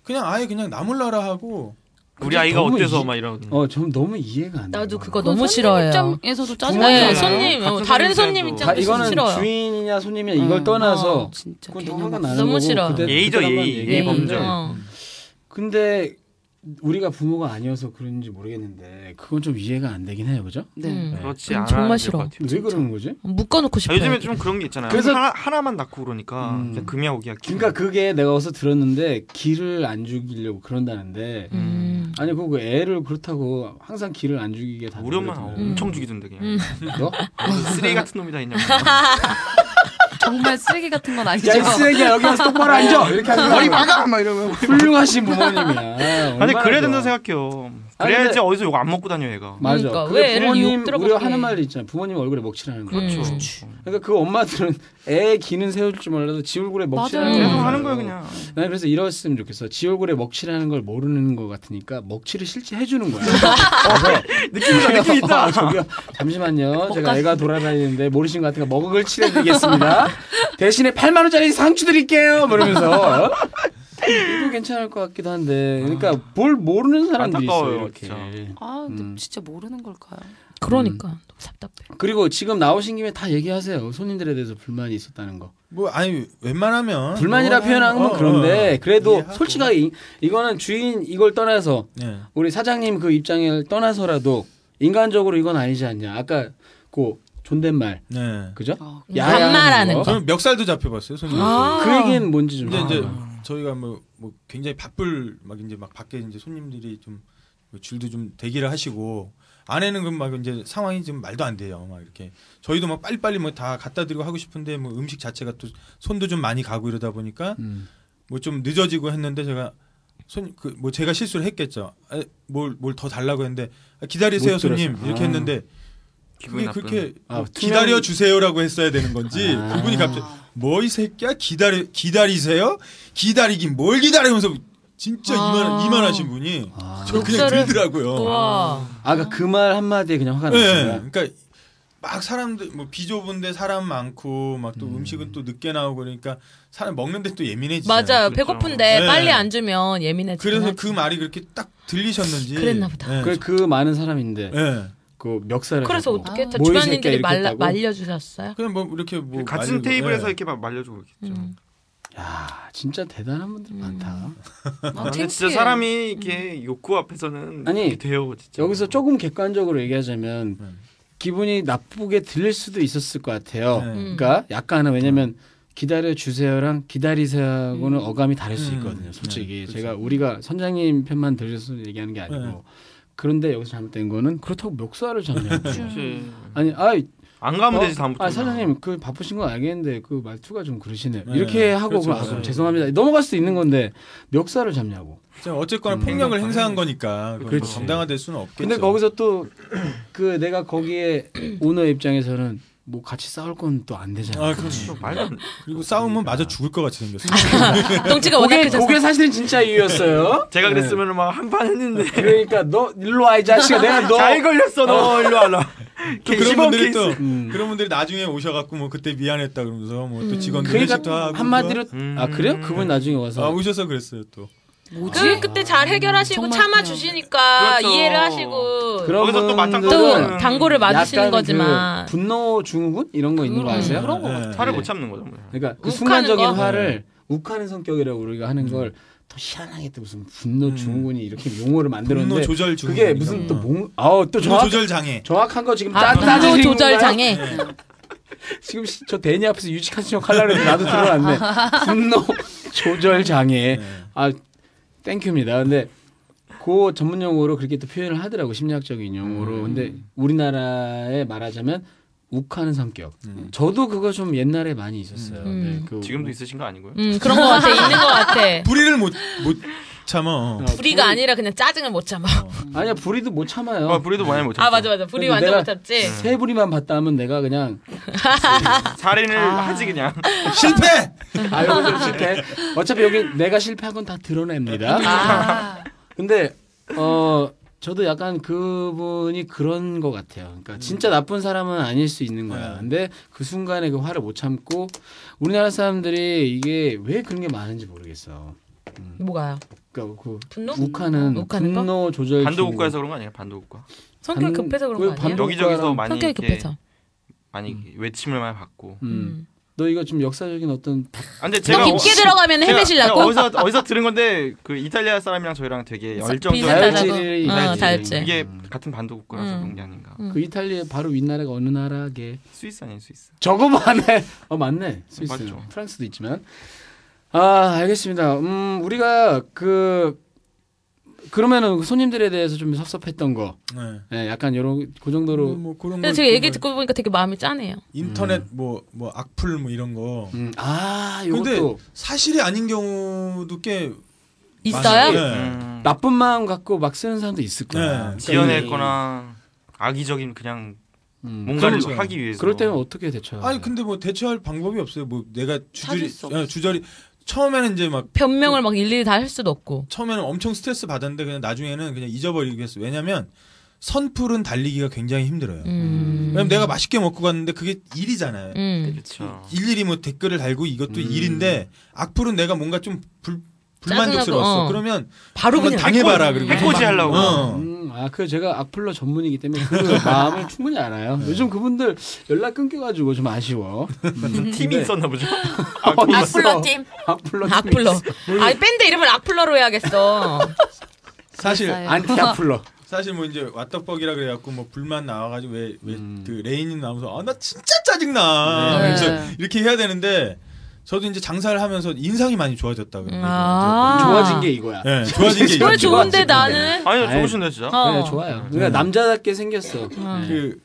그냥 아예 그냥 나몰라라 하고
그게
우리 아이가
너무
어때서
이-
막 이런.
어, 좀 너무 이해가 안 돼요. 아.
나도 그거
그건 손님
너무 싫어해요.
입장에서도 짜증나.
부모님
네,
맞아요.
손님 어, 다른 손님
입장에서도.
다
입장도
이거는
싫어요. 어,
주인이냐 손님이냐 이걸 떠나서
아, 진짜
그건
개념
화가
없어.
나는
너무
거고
싫어.
그때-
예의죠,
그때 한번
예의.
얘기해
예의
예,
보는데
범죄.
어.
근데 우리가 부모가 아니어서 그런지 모르겠는데 그건 좀 이해가 안 되긴 해요, 그죠?
네.
음.
그렇지
그건
않아.
정말
될것
싫어.
같아요.
왜 그러는 거지?
묶어놓고
아,
싶어요.
요즘에 좀 그런 게 있잖아요.
그래서-
하나, 하나만 낳고 그러니까
음.
그냥 금이야 오기야. 기.
그러니까 그게 내가 어서 들었는데 기를 안 죽이려고 그런다는데
음.
아니 그거 그 애를 그렇다고 항상 기를 안 죽이게 다
우리 엄마
놀거든요.
엄청 죽이던데 그냥.
음.
너?
쓰레기 같은 놈이 다 있냐고.
정말 쓰레기 같은 건 아니죠.
야이 쓰레기야 여기 와서 똑바로 앉아 이렇게 하는 거야.
머리 막아 막 이러면.
훌륭하신 부모님이야.
아니
얼마나
그래야
좋아.
된다 고 생각해요.
아니,
그래야지
근데-
어디서 욕 안 먹고 다녀 얘가.
맞아.
그러니까
그게
왜 애를
부모님
욕 들어보게
우리가 하는 말이 있잖아요. 부모님 얼굴에 먹칠하는 거.
그렇죠.
음.
그러니까 그 엄마들은 애 기는 세울 줄 몰라도 지 음. 얼굴에 먹칠하는
맞아요.
걸
계속
몰라요.
하는 거예요 그냥.
난 그래서 이랬으면 좋겠어. 지 얼굴에 먹칠하는 걸 모르는 것 같으니까 먹칠을 실제 해주는 거야. 어, 느낌 있다, 느낌 있다. 아, 저기요, 잠시만요. 제가 애가 돌아다니는데 모르신 것 같으니까 먹을 칠해드리겠습니다. 대신에 8만 원짜리 상추 드릴게요. 뭐 이러면서. 이거 괜찮을 것 같기도 한데, 그러니까
아.
뭘 모르는 사람들이 있어
안타까워요,
이렇게.
진짜.
아, 근데
음.
진짜 모르는 걸까요?
그러니까 너무 답답해.
그리고 지금 나오신 김에 다 얘기하세요. 손님들에 대해서 불만이 있었다는 거.
뭐 아니 웬만하면
불만이라
어,
표현하는 건
어, 어,
그런데
어.
그래도
이해하고.
솔직하게 이- 이거는 주인 이걸 떠나서
예.
우리 사장님 그 입장을 떠나서라도 인간적으로 이건 아니지 않냐. 아까 그 존댓말
네.
그죠?
아,
야야하는
반말하는 거.
저는 멱살도 잡혀봤어요 손님.
그 얘기는 뭔지 좀.
근데 이제
알아봐요.
저희가 뭐, 뭐 굉장히 바쁠 막 이제 막 밖에 이제 손님들이 좀뭐 줄도 좀 대기를 하시고 안에는 그럼 막 이제 상황이 지금 말도 안 돼요. 막 이렇게 저희도 막 빨리빨리 뭐 다 갖다 드리고 하고 싶은데 뭐 음식 자체가 또 손도 좀 많이 가고 이러다 보니까
음.
뭐 좀 늦어지고 했는데 제가 손 그 뭐 제가 실수를 했겠죠. 아, 뭘 뭘 더 달라고 했는데 아, 기다리세요
못 들어서.
손님 이렇게
아.
했는데
기분이
그게
나쁜.
그렇게 뭐
아,
기다려 주세요라고 했어야 되는 건지
아.
그분이 갑자기 뭐 이 새끼야 기다려 기다리세요 기다리긴 뭘 기다리면서 진짜 이만 이만하신 분이
아,
저 그냥
아. 욕설을-
들더라고요.
우와.
아까 그 말 한마디에 그냥 화가
예,
났어요.
그러니까 막 사람들 뭐 비좁은데 사람 많고 막 또 음. 식은또 늦게 나오고 그러니까 사람 먹는데 또 예민해지죠.
맞아요.
그렇죠.
배고픈데
네.
빨리 안 주면 예민해지고.
그래서 그 말이 그렇게 딱 들리셨는지
그랬나 보다.
예,
그래 그 많은 사람인데
예.
그 멱살을.
그래서
잡고.
어떻게 다
뭐
주변인들이
이렇게
말라,
했다고?
말려주셨어요?
그냥 뭐 이렇게 뭐
같은
말리고,
테이블에서
예.
이렇게 막 말려주고 있겠죠.
음.
야 진짜 대단한 분들
음,
많다.
아, 음. 근데 진짜 사람이 이렇게 욕구 앞에서는
아니,
이렇게 돼요 진짜.
여기서 조금 객관적으로 얘기하자면
네.
기분이 나쁘게 들릴 수도 있었을 것 같아요.
네.
음.
그러니까 약간은 왜냐면 기다려 주세요랑 기다리세요하고는 어감이 다를 수
음.
있거든요. 솔직히
네,
제가 우리가 선장님 편만 들려서 얘기하는 게 아니고
네.
그런데 여기서 잘못된 거는 그렇다고 멱살을 잡는 거예요.
그렇지.
아니 아이
안 가면
어?
되지 다음부터.
아 사장님 그 바쁘신 건 알겠는데 그 말투가 좀 그러시네요.
네,
이렇게 하고
그렇죠.
그럼 아, 그럼
네.
죄송합니다. 넘어갈 수도 있는 건데 멱살을 잡냐고.
자, 어쨌거나
음.
폭력을 행사한 거니까 그건 뭐
그렇지.
정당화될 수는 없겠죠.
근데 거기서 또 그 내가 거기에 오너 입장에서는 뭐 같이 싸울 건 또 안 되잖아.
아,
어,
요
그렇죠.
말도 안 돼.
그리고 싸움은 마저 죽을 것 같이 생겼어요.
아, 덩치가 워낙
그게
크셔서.
그게 사실은 진짜 이유였어요.
제가
네.
그랬으면 막 한 판 했는데
그러니까 너 일로 와 이 자식아 내가 너
잘 걸렸어 너 일로 와라.
또 그런 분들이 또
음.
그런 분들이 나중에 오셔갖고 뭐 그때 미안했다 그러면서 뭐
음.
또 직원들 회식도
그러니까
하고 뭐
한마디로
음.
아 그래요? 그분 나중에 와서
아 오셔서 그랬어요 또.
그 그때 잘 해결하시고
정말
참아 주시니까
그렇죠.
이해를 하시고
그런
거기서 또 맞짱 음.
분들은
또 당고를 맞으시는
약간
거지만
그 분노 증후군 이런 거 있는 거 아세요?
그런 거 같아요.
네.
화를 못 참는 거죠. 뭐.
그러니까 그
욱하는
순간적인
거?
네.
화를 욱하는 성격이라고 우리가
음.
하는 걸 또 희한하게 또 무슨 분노 증후군이 이렇게 용어를
분노
만들었는데
조절 중.
그게 무슨 또뭔 아우 또
분노
정확
조절 장애.
정확한 거 지금
아,
따
분노
따지는
조절
건가요?
장애.
지금 시- 저 대니 앞에서 유치한 척 하려고 했는데 나도 들어왔네. 분노 조절 장애.
네.
아 땡큐입니다. 근데 그 전문 용어로 그렇게 또 표현을 하더라고 심리학적인
음.
용어로. 근데 우리나라에 말하자면 욱하는 성격.
음.
저도 그거 좀 옛날에 많이 있었어요.
음.
네, 그
지금도 있으신 거 아니고요?
음, 그런 거 같아. 있는 거 같아.
불의를 못 못 참어.
어,
불이가 아니라 그냥 짜증을 못 참아.
아니야 불이도 못 참아요.
아, 불이도 많이 못 참죠.
아, 맞아, 맞아. 불이
근데
완전
내가
못 참지.
세 불이만 봤다 하면 내가 그냥
살인을
아,
하지 그냥.
실패.
아유 오늘 실패. 어차피 여기 내가 실패한 건 다 드러냅니다.
아,
근데 어 저도 약간 그분이 그런 것 같아요. 그러니까 진짜 나쁜 사람은 아닐 수 있는
네.
거야. 근데 그 순간에 그 화를 못 참고 우리나라 사람들이 이게 왜 그런 게 많은지 모르겠어.
뭐가요?
그러니까 그
분노?
욱하는
욱하는 거?
분노 조절
반도국가에서 그런 거 아니에요? 반도국가.
성격
반-
이 급해서
왜
그런 거 아니에요?
반도-
여기저기서
반도국가랑-
많이
성격이 음.
이렇게
급해서.
많이 이렇게 외침을 많이 받고.
음.
너 이거 좀 역사적인 어떤
아, 근데
더
제가 어-
깊게 들어가면
제가- 제가
헤매실라고?
어디서 어디서 들은 건데 그 이탈리아 사람이랑 저희랑 되게
사-
열정적인
비슷하다고.
다혈질이-
어, 다혈질.
이게 같은 반도국가라서
음.
그런 게 아닌가.
음.
그 이탈리아 바로 윗나라가 어느 나라게
스위스 아니에요, 스위스.
저거만 해. 어 맞네. 스위스,
맞죠.
프랑스도 있지만. 아 알겠습니다. 음 우리가 그 그러면은 손님들에 대해서 좀 섭섭했던 거,
네.
예, 약간 요런 그 정도로.
뭐 그런
근데
걸
제가 얘기
정말
듣고 보니까 되게 마음이 짠해요.
인터넷 뭐 뭐 악플 뭐 이런 거.
음, 아
근데 음.
요것도
사실이 아닌 경우도 꽤
있어요?
많아요. 네.
음.
나쁜 마음 갖고 막 쓰는 사람도 있을 거야. 그러니까
네.
지어냈거나 악의적인 그냥
음,
뭔가를
그렇죠.
하기 위해서.
그럴 때는 어떻게 대처해요?
네.
아니 근데 뭐 대처할 방법이 없어요. 뭐 내가
찾을
주저리
수
예, 주저리 처음에는 이제 막
변명을 막 일일이 다 할 수도 없고.
처음에는 엄청 스트레스 받았는데 그냥 나중에는 그냥 잊어버리게 했어. 왜냐면 선풀은 달리기가 굉장히 힘들어요.
음.
왜냐면 내가 맛있게 먹고 갔는데 그게 일이잖아요.
음.
어.
그렇죠.
일일이 뭐 댓글을 달고 이것도
음.
일인데 악플은 내가 뭔가 좀 불,
짜증나고,
불만족스러웠어.
어.
그러면
바로
한번
그냥
당해봐라. 그리고
해코지
막-
하려고.
어.
음, 아, 그 제가 악플러 전문이기 때문에 그 마음을 충분히 알아요. 요즘 그분들 연락 끊겨가지고 좀 아쉬워. 음,
네.
팀이
근데
있었나 보죠.
있어.
악플러 팀.
악플러. 팀이
악플러.
있어.
아, 밴드 이름을 악플러로 해야겠어.
사실
알았어요.
안티 악플러.
사실 뭐 이제 왓더벅이라 그래갖고 뭐 불만 나와가지고 왜 왜 그
음.
레인이 나오면서 아 나 진짜 짜증나.
네.
그래서 이렇게 해야 되는데 저도 이제 장사를 하면서 인상이 많이 좋아졌다 그래요.
아.
좋아진 게 이거야.
예,
그래,
좋아진 게
그래
있거든요.
좋은데 나는
아니요,
아이.
좋으신데 진짜.
어.
네, 좋아요. 그러니까 남자답게 생겼어. 네.
그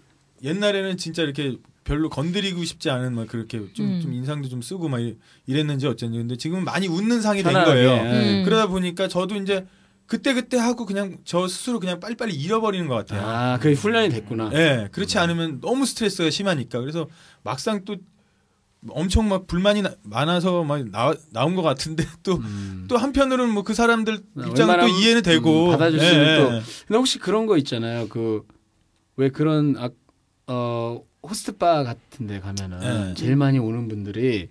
옛날에는 진짜 이렇게 별로 건드리고 싶지 않은 막 그렇게 좀
음.
좀 인상도 좀 쓰고 막 이- 이랬는지 어쩐지 근데 지금은 많이 웃는 상이 된
편안하게.
거예요.
예.
음.
그러다 보니까 저도 이제 그때 그때 하고 그냥 저 스스로 그냥 빨리빨리 잃어버리는 것 같아요.
아, 그게 훈련이 됐구나.
예, 그렇지 않으면 너무 스트레스가 심하니까. 그래서 막상 또 엄청 막 불만이 나- 많아서 막 나, 나온 것 같은데 또 또
음.
한편으로는 뭐 그 사람들
아,
입장은 또
웬만하면,
이해는 되고
음, 받아줄 수 있는
예,
또.
예.
근데 혹시 그런 거 있잖아요. 그 왜 그런 아, 어 호스트바 같은데 가면은
예.
제일 많이 오는 분들이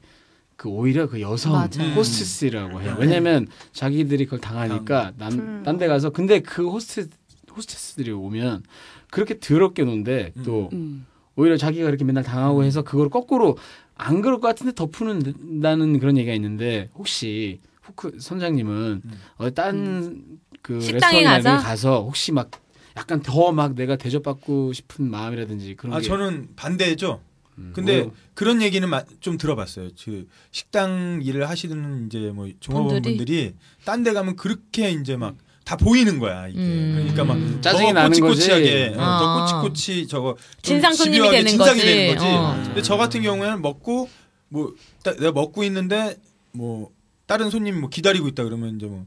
그 오히려 그 여성
맞아요.
호스트스라고 해요. 왜냐면 자기들이 그걸 당하니까
음.
남 딴 데 가서 근데 그 호스트 호스트스들이 오면 그렇게 더럽게 노는데 또
음.
오히려 자기가 그렇게 맨날 당하고 해서 그걸 거꾸로 안 그럴 것 같은데 덮는다는 그런 얘기가 있는데 혹시 후크 선장님은
음.
어디 딴그
음. 식당에
레스토랑 가서?
가서?
가서 혹시 막 약간 더 막 내가 대접받고 싶은 마음이라든지 그런
아
게 음,
저는 반대죠. 근데
뭐요?
그런 얘기는 마- 좀 들어봤어요. 그 식당 일을 하시는 이제 뭐 종업원
분들이?
분들이 딴 데 가면 그렇게 이제 막 다 보이는 거야 이게.
음.
그러니까 막
음,
더
짜증이 나는 거지.
꼬치꼬치하게, 어,
아.
더 꼬치꼬치 저거 좀
진상 손님이
집요하게
되는
진상이
거지.
되는 거지. 아,
어.
근데 저 같은 경우에는 먹고 뭐 따- 내가 먹고 있는데 뭐 다른 손님이 뭐 기다리고 있다 그러면 이제 뭐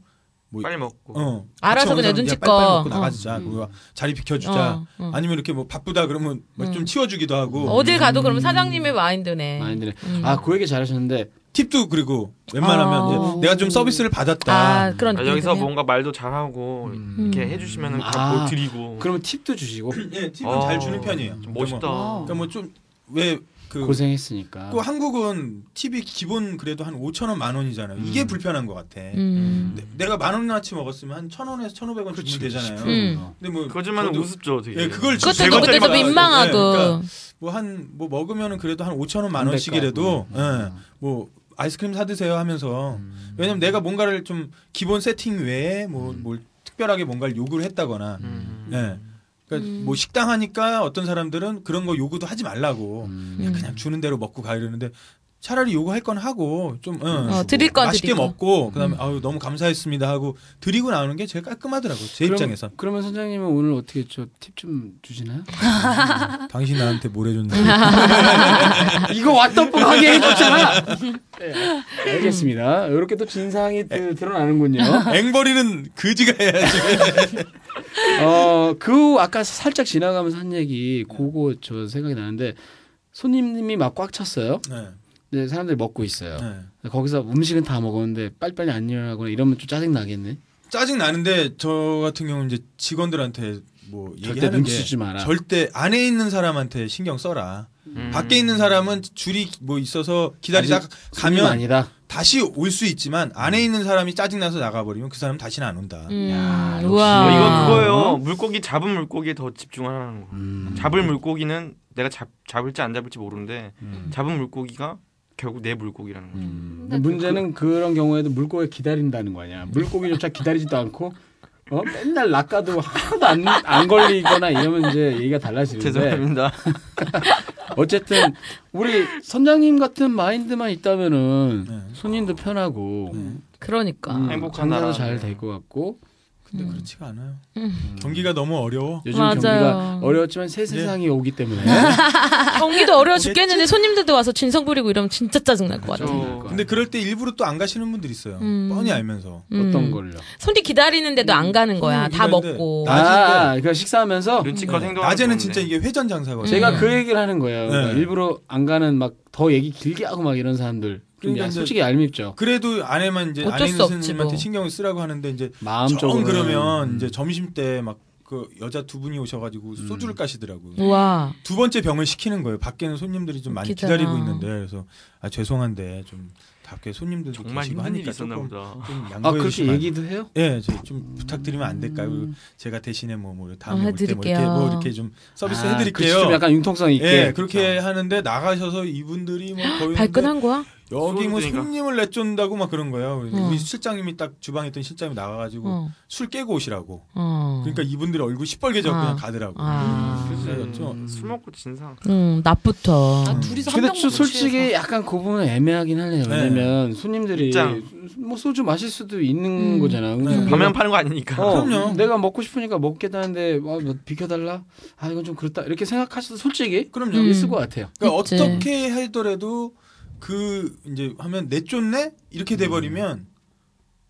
빨리 먹고.
어.
뭐. 알아서
같이
그냥
오는 사람
눈치껏.
빨리빨리 먹고
어.
나가주자. 그거 자리 비켜주자.
어, 어.
아니면 이렇게 뭐 바쁘다 그러면 막좀 치워주기도 하고.
어딜 가도 그러면 사장님의 마인드네. 음.
많이 드네. 아그 얘기 잘하셨는데
팁도 그리고 웬만하면
아.
이제 내가 좀 서비스를 받았다. 예,
아 그런
아,
느낌이
여기서
드네요.
뭔가 말도
음.
잘하고
음.
이렇게 해주시면은
아.
다 뭐 드리고.
그러면 팁도 주시고
예, 팁은
어,
잘 주는 편이에요.
좀 멋있다.
그러니까 뭐좀왜그
고생했으니까
그 한국은 팁이 기본 그래도 한 5천 원 만 원이잖아요. 이게 불편한 것 같아.
음.
내- 내가 만 원어치 먹었으면 한 천 원에서 천 오백 원 주면 되잖아요.
음.
근데 뭐
그거 주면
저도-
우습죠, 되게.
예, 그걸
그것도
제
그것도
것들이
좀
많아가지고.
민망하고.
예, 그러니까 뭐한 뭐 먹으면은 그래도 한 5천 원 만 원씩이라도 예, 뭐 아이스크림 사 드세요 하면서
음.
왜냐면 내가 뭔가를 좀 기본 세팅 외에 뭐 뭘 특별하게 뭔가를 요구를 했다거나
음.
예. 그러니까
음.
뭐 식당
음. 네, 그러니까
음.
하니까 어떤 사람들은 그런 거 요구도 하지 말라고 그냥, 그냥 주는 대로 먹고 가 이러는데 차라리 요거 할 건 하고 좀 응.
어, 드릴 건
맛있게
드리고.
먹고 그다음에 아유 너무 감사했습니다 하고 드리고 나오는 게 제일 깔끔하더라고 제
그럼-
입장에선
그러면 선장님은 오늘 어떻게 저팁 좀 주시나요?
아.
당신 나한테 뭘 해줬나
이거 왓더프 하게 해줬잖아. 네, 알겠습니다. 이렇게 또 진상이 드- 드러나는군요.
앵벌이는 그지가 해야지
어, 그 아까 살짝 지나가면서 한 얘기 그거 저 생각이 나는데 손님이 막 꽉 찼어요.
네,
근데 사람들이 먹고 있어요.
네.
거기서 음식은 다 먹었는데 빨리빨리 안 일어나거나 이러면 좀 짜증 나겠네.
짜증 나는데 저 같은 경우는 이제 직원들한테 뭐
절대
얘기하는
눈치
게
주지 마라.
절대 안에 있는 사람한테 신경 써라
음.
밖에 있는 사람은 줄이 뭐 있어서 기다리다
아직 손님
가면
아니다.
다시 올 수 있지만 안에 있는 사람이 짜증나서 나가버리면 그 사람 다시는 안 온다
음,
야, 역시.
어,
우와.
이건 그거예요. 물고기 잡은 물고기에 더 집중하라는 거.
음.
음,
잡을 물고기는 내가 잡, 잡을지 안 잡을지 모르는데
음.
잡은 물고기가 결국 내 물고기라는 거죠.
음, 문제는 그런 경우에도 물고기 기다린다는 거 아니야. 물고기조차 기다리지도 않고 어? 맨날 낚아도 하나도 안, 안 걸리거나 이러면 이제 얘기가
네.
달라지는데
죄송합니다.
어쨌든 우리 선장님 같은 마인드만 있다면은
네.
손님도 편하고
그러니까.
음,
행복한
장사도
나라.
잘 될 것 같고
음.
근데 그렇지가 않아요
음.
음. 경기가 네. 너무 어려워
요즘
맞아요.
경기가 어려웠지만 새 세상이 오기 때문에
경기도 아, 어려워 죽겠는데 손님들도 와서 진성 부리고 이러면 진짜 짜증 날 것 같아. 요
저
음.
근데 그럴 때 일부러 또 안 가시는 분들 있어요
음.
뻔히 알면서
어떤 걸요?
손님 기다리는데도 안 가는 거야. 다
이런데
먹고.
나- 낮인데.
아, 그 식사하면서
눈치껏
네.
행동하는
낮에는
건데.
진짜 이게 회전 장사거든요
제가 그 얘기를 하는 거예요. 그러니까
네.
일부러 안 가는 막 더 얘기 길게 하고 막 이런 사람들 좀
그러니까
야-
이제
솔직히 얄밉죠.
그래도 아내만 이제
어쩔
아내
수 없지,
선생님한테
뭐.
신경을 쓰라고 하는데 이제
마음 음.
정
쪽으로
그러면 이제 점심 때 막 그 여자 두 분이 오셔가지고 소주를 까시더라고요.
우와.
두 번째 병을 시키는 거예요. 밖에는 손님들이 좀 많이
웃기잖아.
기다리고 있는데 그래서 아 죄송한데 좀 밖에 손님들도
정말
계시고
힘든 일이
하니까
있었나
조금
보다.
좀
아
양보해
그렇게
주시면
얘기도 해요?
예, 저좀 부탁드리면 안 될까요? 제가 대신에 뭐, 뭐 다음에
음. 아,
올 때 뭐 이렇게
해드릴게요.
뭐 이렇게 좀 서비스
아,
해드릴게요.
그치, 좀 약간 융통성 있게.
예, 그렇게 하는데 나가셔서 이분들이 뭐 거의
발끈한 거야?
여기 뭐
소름돋으니까.
손님을 내쫓는다고 막 그런 거예요.
어.
우리 실장님이 딱 주방에 있던 실장님이 나가가지고
어.
술 깨고 오시라고.
어.
그러니까 이분들 얼굴 시뻘개져서
아.
그냥 가더라고.
아.
그래서 좀
술 먹고 진상.
음, 낮부터.
아, 둘이서 한
근데
병
저 솔직히 약간 그 부분은 애매하긴 하네요.
네.
왜냐면 손님들이
입장.
뭐 소주 마실 수도 있는
음.
거잖아. 근데
네.
내가-
가면 파는 거 아니니까. 그러니까
어,
그럼요.
내가 먹고 싶으니까 먹겠다는데 와, 뭐 비켜달라. 아 이건 좀 그렇다. 이렇게 생각하셔도 솔직히
그럼요.
음.
있을 것 같아요.
그러니까
그치.
어떻게 하더라도 그 이제 하면 내쫓네
음.
이렇게 돼버리면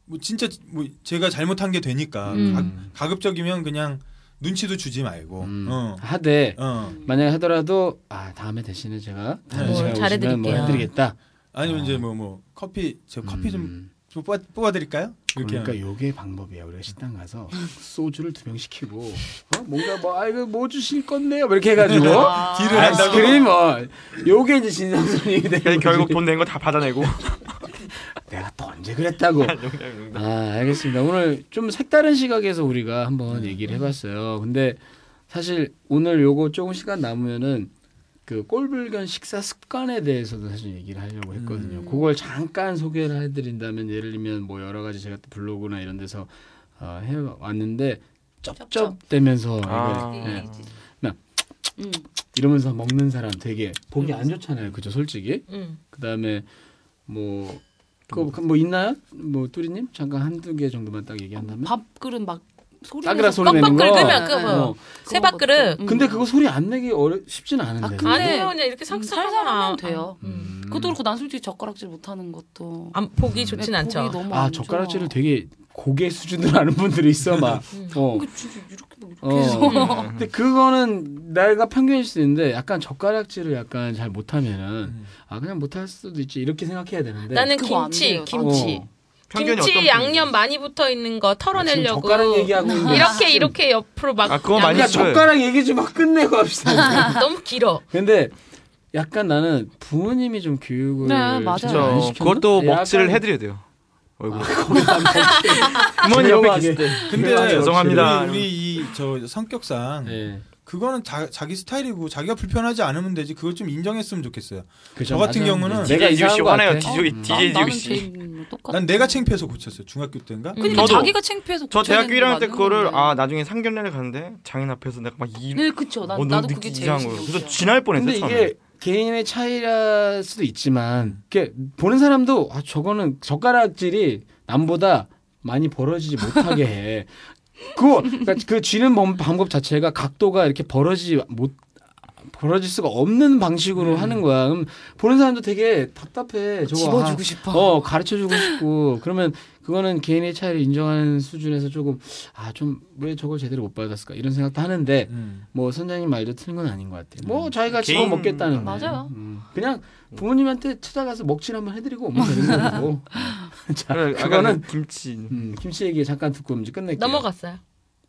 뭐 진짜 뭐 제가 잘못한 게 되니까
음.
가, 급적이면 그냥 눈치도 주지 말고.
아, 음.
어.
하되
어.
만약에 하더라도 아 다음에 대신에 제가 다른 시간에
네.
뭘
오시면 뭐
잘해드릴게요.
해드리겠다.
아니면
아.
이제 뭐 뭐 커피 제가 커피 좀,
음.
좀 뽑아, 뽑아드릴까요? 이렇게
그러니까
하면.
요게 방법이야. 우리가 식당 가서 소주를 두 병 시키고 어? 뭔가 뭐 아이고 뭐 주실 건데요. 뭐 이렇게 해가지고
딜을 한다고.
아이스크림 어 요게 이제 진상손님이 되는
그냥
거지.
결국 돈 낸 거 다 받아내고.
어, 내가 또 언제 그랬다고.
농담, 농담.
아 알겠습니다. 오늘 좀 색다른 시각에서 우리가
음.
한번 얘기를 해봤어요. 근데 사실 오늘 요거 조금 시간 남으면은 그 꼴불견 식사 습관에 대해서도 사실 얘기를 하려고 했거든요.
음.
그걸 잠깐 소개를 해드린다면 예를 들면 뭐 여러 가지 제가 또 블로그나 이런 데서 어, 해왔는데 쩝쩝대면서 이거,
아.
예.
네.
그냥
음.
이러면서 먹는 사람 되게 보기 안 좋잖아요. 그죠 솔직히.
음.
그다음에 뭐 그거 뭐 있나요? 뭐 뚜리님 잠깐 한두 개 정도만 딱 얘기한다면
어,
밥그릇 막 소리
따그라
내서
소리 내는 거.
깜빡
긁으면
긁으면
끄고.
끄고.
어.
세 밥그릇.
뭐 음.
근데 그거 소리 안 내기 어려 쉽진 않은데. 음.
아,
아,
근데-
아니요, 그냥 이렇게
음,
삭삭하면
살살하면 돼요. 그것도 그렇고 난 솔직히 젓가락질 못하는 것도
안, 보기 좋진
네,
아, 않죠.
보기 너무
아
안 좋아.
젓가락질을 되게 고개 수준으로 하는 분들이 있어 막.
음.
어.
이거 진짜 이렇게 막 이렇게
어.
해서
근데 그거는 내가 편견일 수 있는데 약간 젓가락질을 약간 잘 못하면은
음.
아 그냥 못할 수도 있지 이렇게 생각해야 되는데.
나는
그거 안
김치,
돼요,
김치.
네. 어. 아,
편견이 어떤
김치
편견이에요?
양념 많이 붙어 있는 거
지금
털어내려고. 음.
젓가락 얘기하고 있는데
이렇게
지금
이렇게 옆으로 막
아, 그거 많이
그냥
양념-
싫어요.
젓가락 얘기 좀 막 끝내고 합시다.
너무 길어.
근데 약간 나는 부모님이 좀 교육을
네, 맞아요.
진짜 안
저
시켰나? 네,
그것도
약간 아,
먹지를 해드려야 돼요. 얼굴. 부모님 옆에
조용하게.
계실 때.
근데
아, 죄송합니다.
우리, 우리 이 저 성격상
그렇죠. 네.
그거는 자, 자기 스타일이고 자기가 불편하지 않으면 되지 그걸 좀 인정했으면 좋겠어요.
그죠,
저 같은
맞아요.
경우는
내가
DJ
이상한
씨
거
화나요.
같아.
DJ
난,
DJ
나는
씨.
제일 뭐 똑같아.
난 내가 창피해서 고쳤어요. 중학교 때인가?
그러니까
저도-
자기가 창피해서
저
고쳐야
대학교
되는 거
1학년 때
맞는
그거를
건데.
아 나중에 상견례를 가는데 장인 앞에서 내가 막 이.
네, 그쵸. 난,
어, 너무
나도
느끼
그게 제일
이상한 거예요.
신기해요.
그래서 지날 뻔했어요
근데
처음에.
이게 개인의 차이랄 수도 있지만 이게 보는 사람도 아 저거는 젓가락질이 남보다 많이 벌어지지 못하게 해. 그거 그러니까 그 쥐는 범- 방법 자체가 각도가 이렇게 벌어지지 못 벌어질 수가 없는
음.
방식으로 하는 거야. 그럼 보는 사람도 되게 답답해. 저거 아,
집어주고 싶어.
어 가르쳐 주고 싶고 그러면 그거는 개인의 차이를 인정하는 수준에서 조금 아 좀 왜 저걸 제대로 못 받았을까 이런 생각도 하는데
음.
뭐 선장님 말도 틀린 건 아닌 것 같아요. 뭐 자기가
개인-
집어 먹겠다는
맞아요.
음. 그냥 부모님한테 찾아가서 먹질 한번 해드리고 오면 되는 거고. 자
그래, 아까
그거는
그 김치.
음, 김씨 얘기 잠깐 듣고 이제 끝낼게요.
넘어갔어요.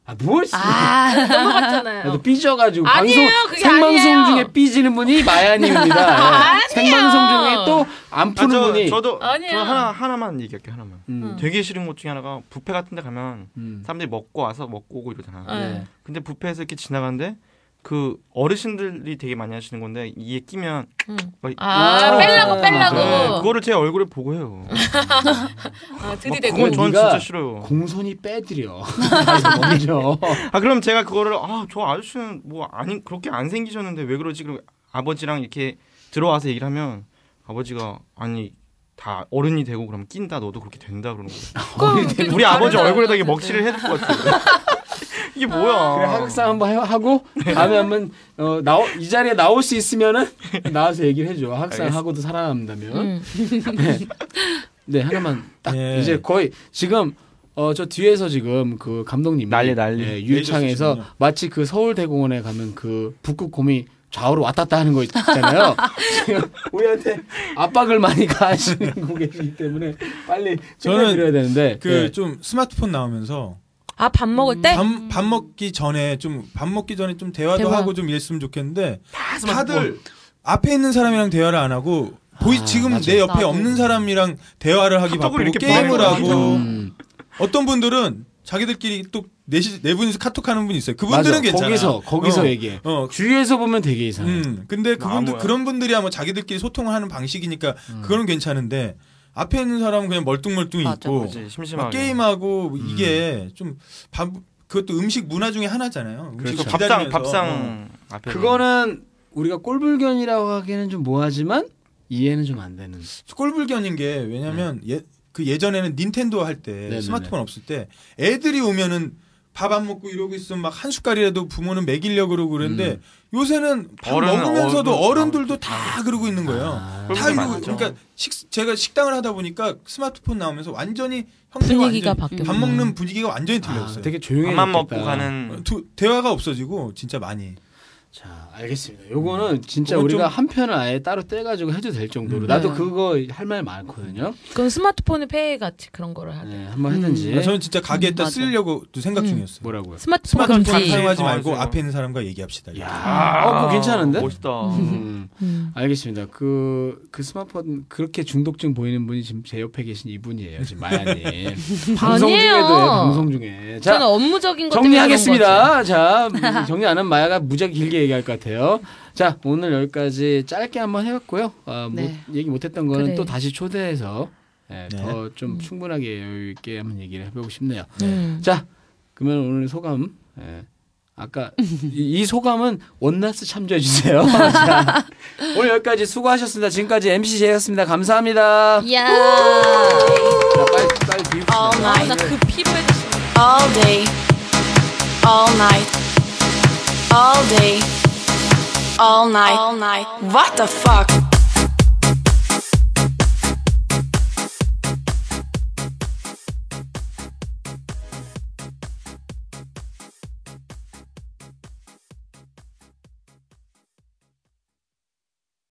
아 뭘?
아 넘어갔잖아요.
나도 삐져가지고
아니에요,
방송
그게
생방송
아니에요.
중에 삐지는 분이 마야님입니다. 예. 생방송 중에 또 안
아,
푸는
저,
분이.
저도
아니에요.
저 하나 하나만 얘기할게 요 하나만.
음,
되게 싫은 것 중에 하나가 뷔페 같은 데 가면
음.
사람들이 먹고 와서 먹고 오고 이러잖아.
네.
근데 뷔페에서 이렇게 지나가는데 그 어르신들이 되게 많이 하시는 건데 이에 끼면
음.
막 이-
아
아,
빼려고
네,
빼려고.
그거를 제 얼굴에 보고 해요.
아,
막
들이대고.
그건 저는
네가-
진짜 싫어요.
공손히 빼드려. 그래서 먼저.
아 그럼 제가 그거를 아 저 아저씨는 뭐 아니 그렇게 안 생기셨는데 왜 그러지? 그럼 아버지랑 이렇게 들어와서 얘기를 하면 아버지가 아니 다 어른이 되고 그럼 낀다 너도 그렇게 된다 그러는 거야. 우리 아버지 얼굴에다 이게 먹칠을 해줄 것 같아. 이게 뭐야?
그래 하극상 네, 한번 해- 하고 다음에 한번 어, 나오, 이 자리에 나올 수 있으면은 나와서 얘기를 해줘. 하극상
알겠습니다.
하고도 살아남다면. 네. 네 하나만 딱
예.
이제 거의 지금 어 저 뒤에서 지금 그 감독님
난리, 난리.
예, 유창에서
해줬으시군요.
마치 그 서울대공원에 가면 그 북극 곰이 좌우로 왔다 갔다 하는 거 있잖아요. 지금 우리한테 압박을 많이 가하시는 고객이기 때문에 빨리
저는
저는 드려야 되는데 예.
그 좀 스마트폰 나오면서
아 밥 먹을
음.
때?
밥 밥 먹기 전에 좀 밥 먹기 전에 좀 대화도
대화.
하고 좀 이랬으면 좋겠는데
스마트폰.
다들 앞에 있는 사람이랑 대화를 안 하고 보이
아,
지금
맞아.
내 옆에 없는 사람이랑 대화를 하기
카톡으로
바쁘고
이렇게
게임을
보내고
하고
하죠.
음,
어떤 분들은 자기들끼리 또 네시 네 분이서 카톡하는 분이 있어요. 그분들은
맞아.
괜찮아.
거기서 거기서
어,
얘기해.
어,
주위에서 보면 되게 이상해.
음. 근데
나
그분들
아무야.
그런 분들이야 뭐 자기들끼리 소통하는 방식이니까
음.
그거는 괜찮은데 앞에 있는 사람은 그냥 멀뚱멀뚱히
맞아,
있고
그치,
막
심심하게.
게임하고 뭐 이게 좀 밥 그것도 음식 문화 중에 하나잖아요. 음식
그래서
을
그렇죠.
어.
밥상 밥상 앞에
그렇죠. 네. 그거는 우리가 꼴불견이라고 하기에는 좀 뭐하지만 이해는 좀 안 되는.
꼴불견인 게 왜냐면 예, 그 예전에는 닌텐도 할
네네네.
때 스마트폰 없을 때 애들이 오면은 밥 안 먹고 이러고 있으면 막 한 숟갈이라도 부모는 먹이려고 그러고 그러는데 요새는 밥
어른은
먹으면서도
어른-
어른들도 다 그러고 있는 거예요.
아.
다
그런 게
이러고
많죠.
그러니까 식, 제가 식당을 하다 보니까 스마트폰 나오면서 완전히 형태가
분위기가
완전히
바뀌었구나.
밥 먹는 분위기가 완전히
아,
틀렸어요. 어,
되게 조용해.
밥만 먹고
보였겠다.
가는
두- 대화가 없어지고 진짜 많이
자, 알겠습니다. 음. 요거는 음. 네. 진짜
그건
우리가
좀-
한 편을 아예 따로 떼가지고 해도 될 정도로 나도 그거 할 말 많거든요.
그럼 스마트폰을 폐해 같이 그런 거를 하게.
네, 한번 했는지
아, 저는 진짜 가게에다
예? 음, 맞아. 음.
쓰려고도 생각 중이었어요.
뭐라고요?
스마트폰
스마트폰
금지.
잘 사용하지
어,
말고
맞아요.
앞에 있는 사람과 얘기합시다.
야,
아,
어, 그거 괜찮은데?
멋있다.
음, 알겠습니다. 그, 그 스마트폰 그렇게 중독증 보이는 분이 지금 제 옆에 계신 이분이에요. 지금 마야님. 방송
아니에요.
중에도 해요, 방송 중에. 자,
저는 업무적인 것 때문에 그런
정리하겠습니다. 자, 음, 정리 안 한 마야가 무지하게 길게 얘기할 것 같아요. 자, 오늘 여기까지 짧게 한번 해봤고요. 아, 뭐
네.
얘기 못했던 거는
그래.
또 다시 초대해서 예,
네.
더 좀 충분하게 여유 있게 한번 얘기를 해보고 싶네요.
거지. 음.
자, 그러면 오늘 소감. 예. 아까 이, 이 소감은 원나스 참조해 주세요. 자, 오늘 여기까지 수고하셨습니다. 지금까지 MC 제이였습니다. 감사합니다.
야.
자, 빨리 빨리
All
비웃읍시다.
night.
아, 그 피로해졌어.
all day, all night, all day, all night, all night. What the fuck?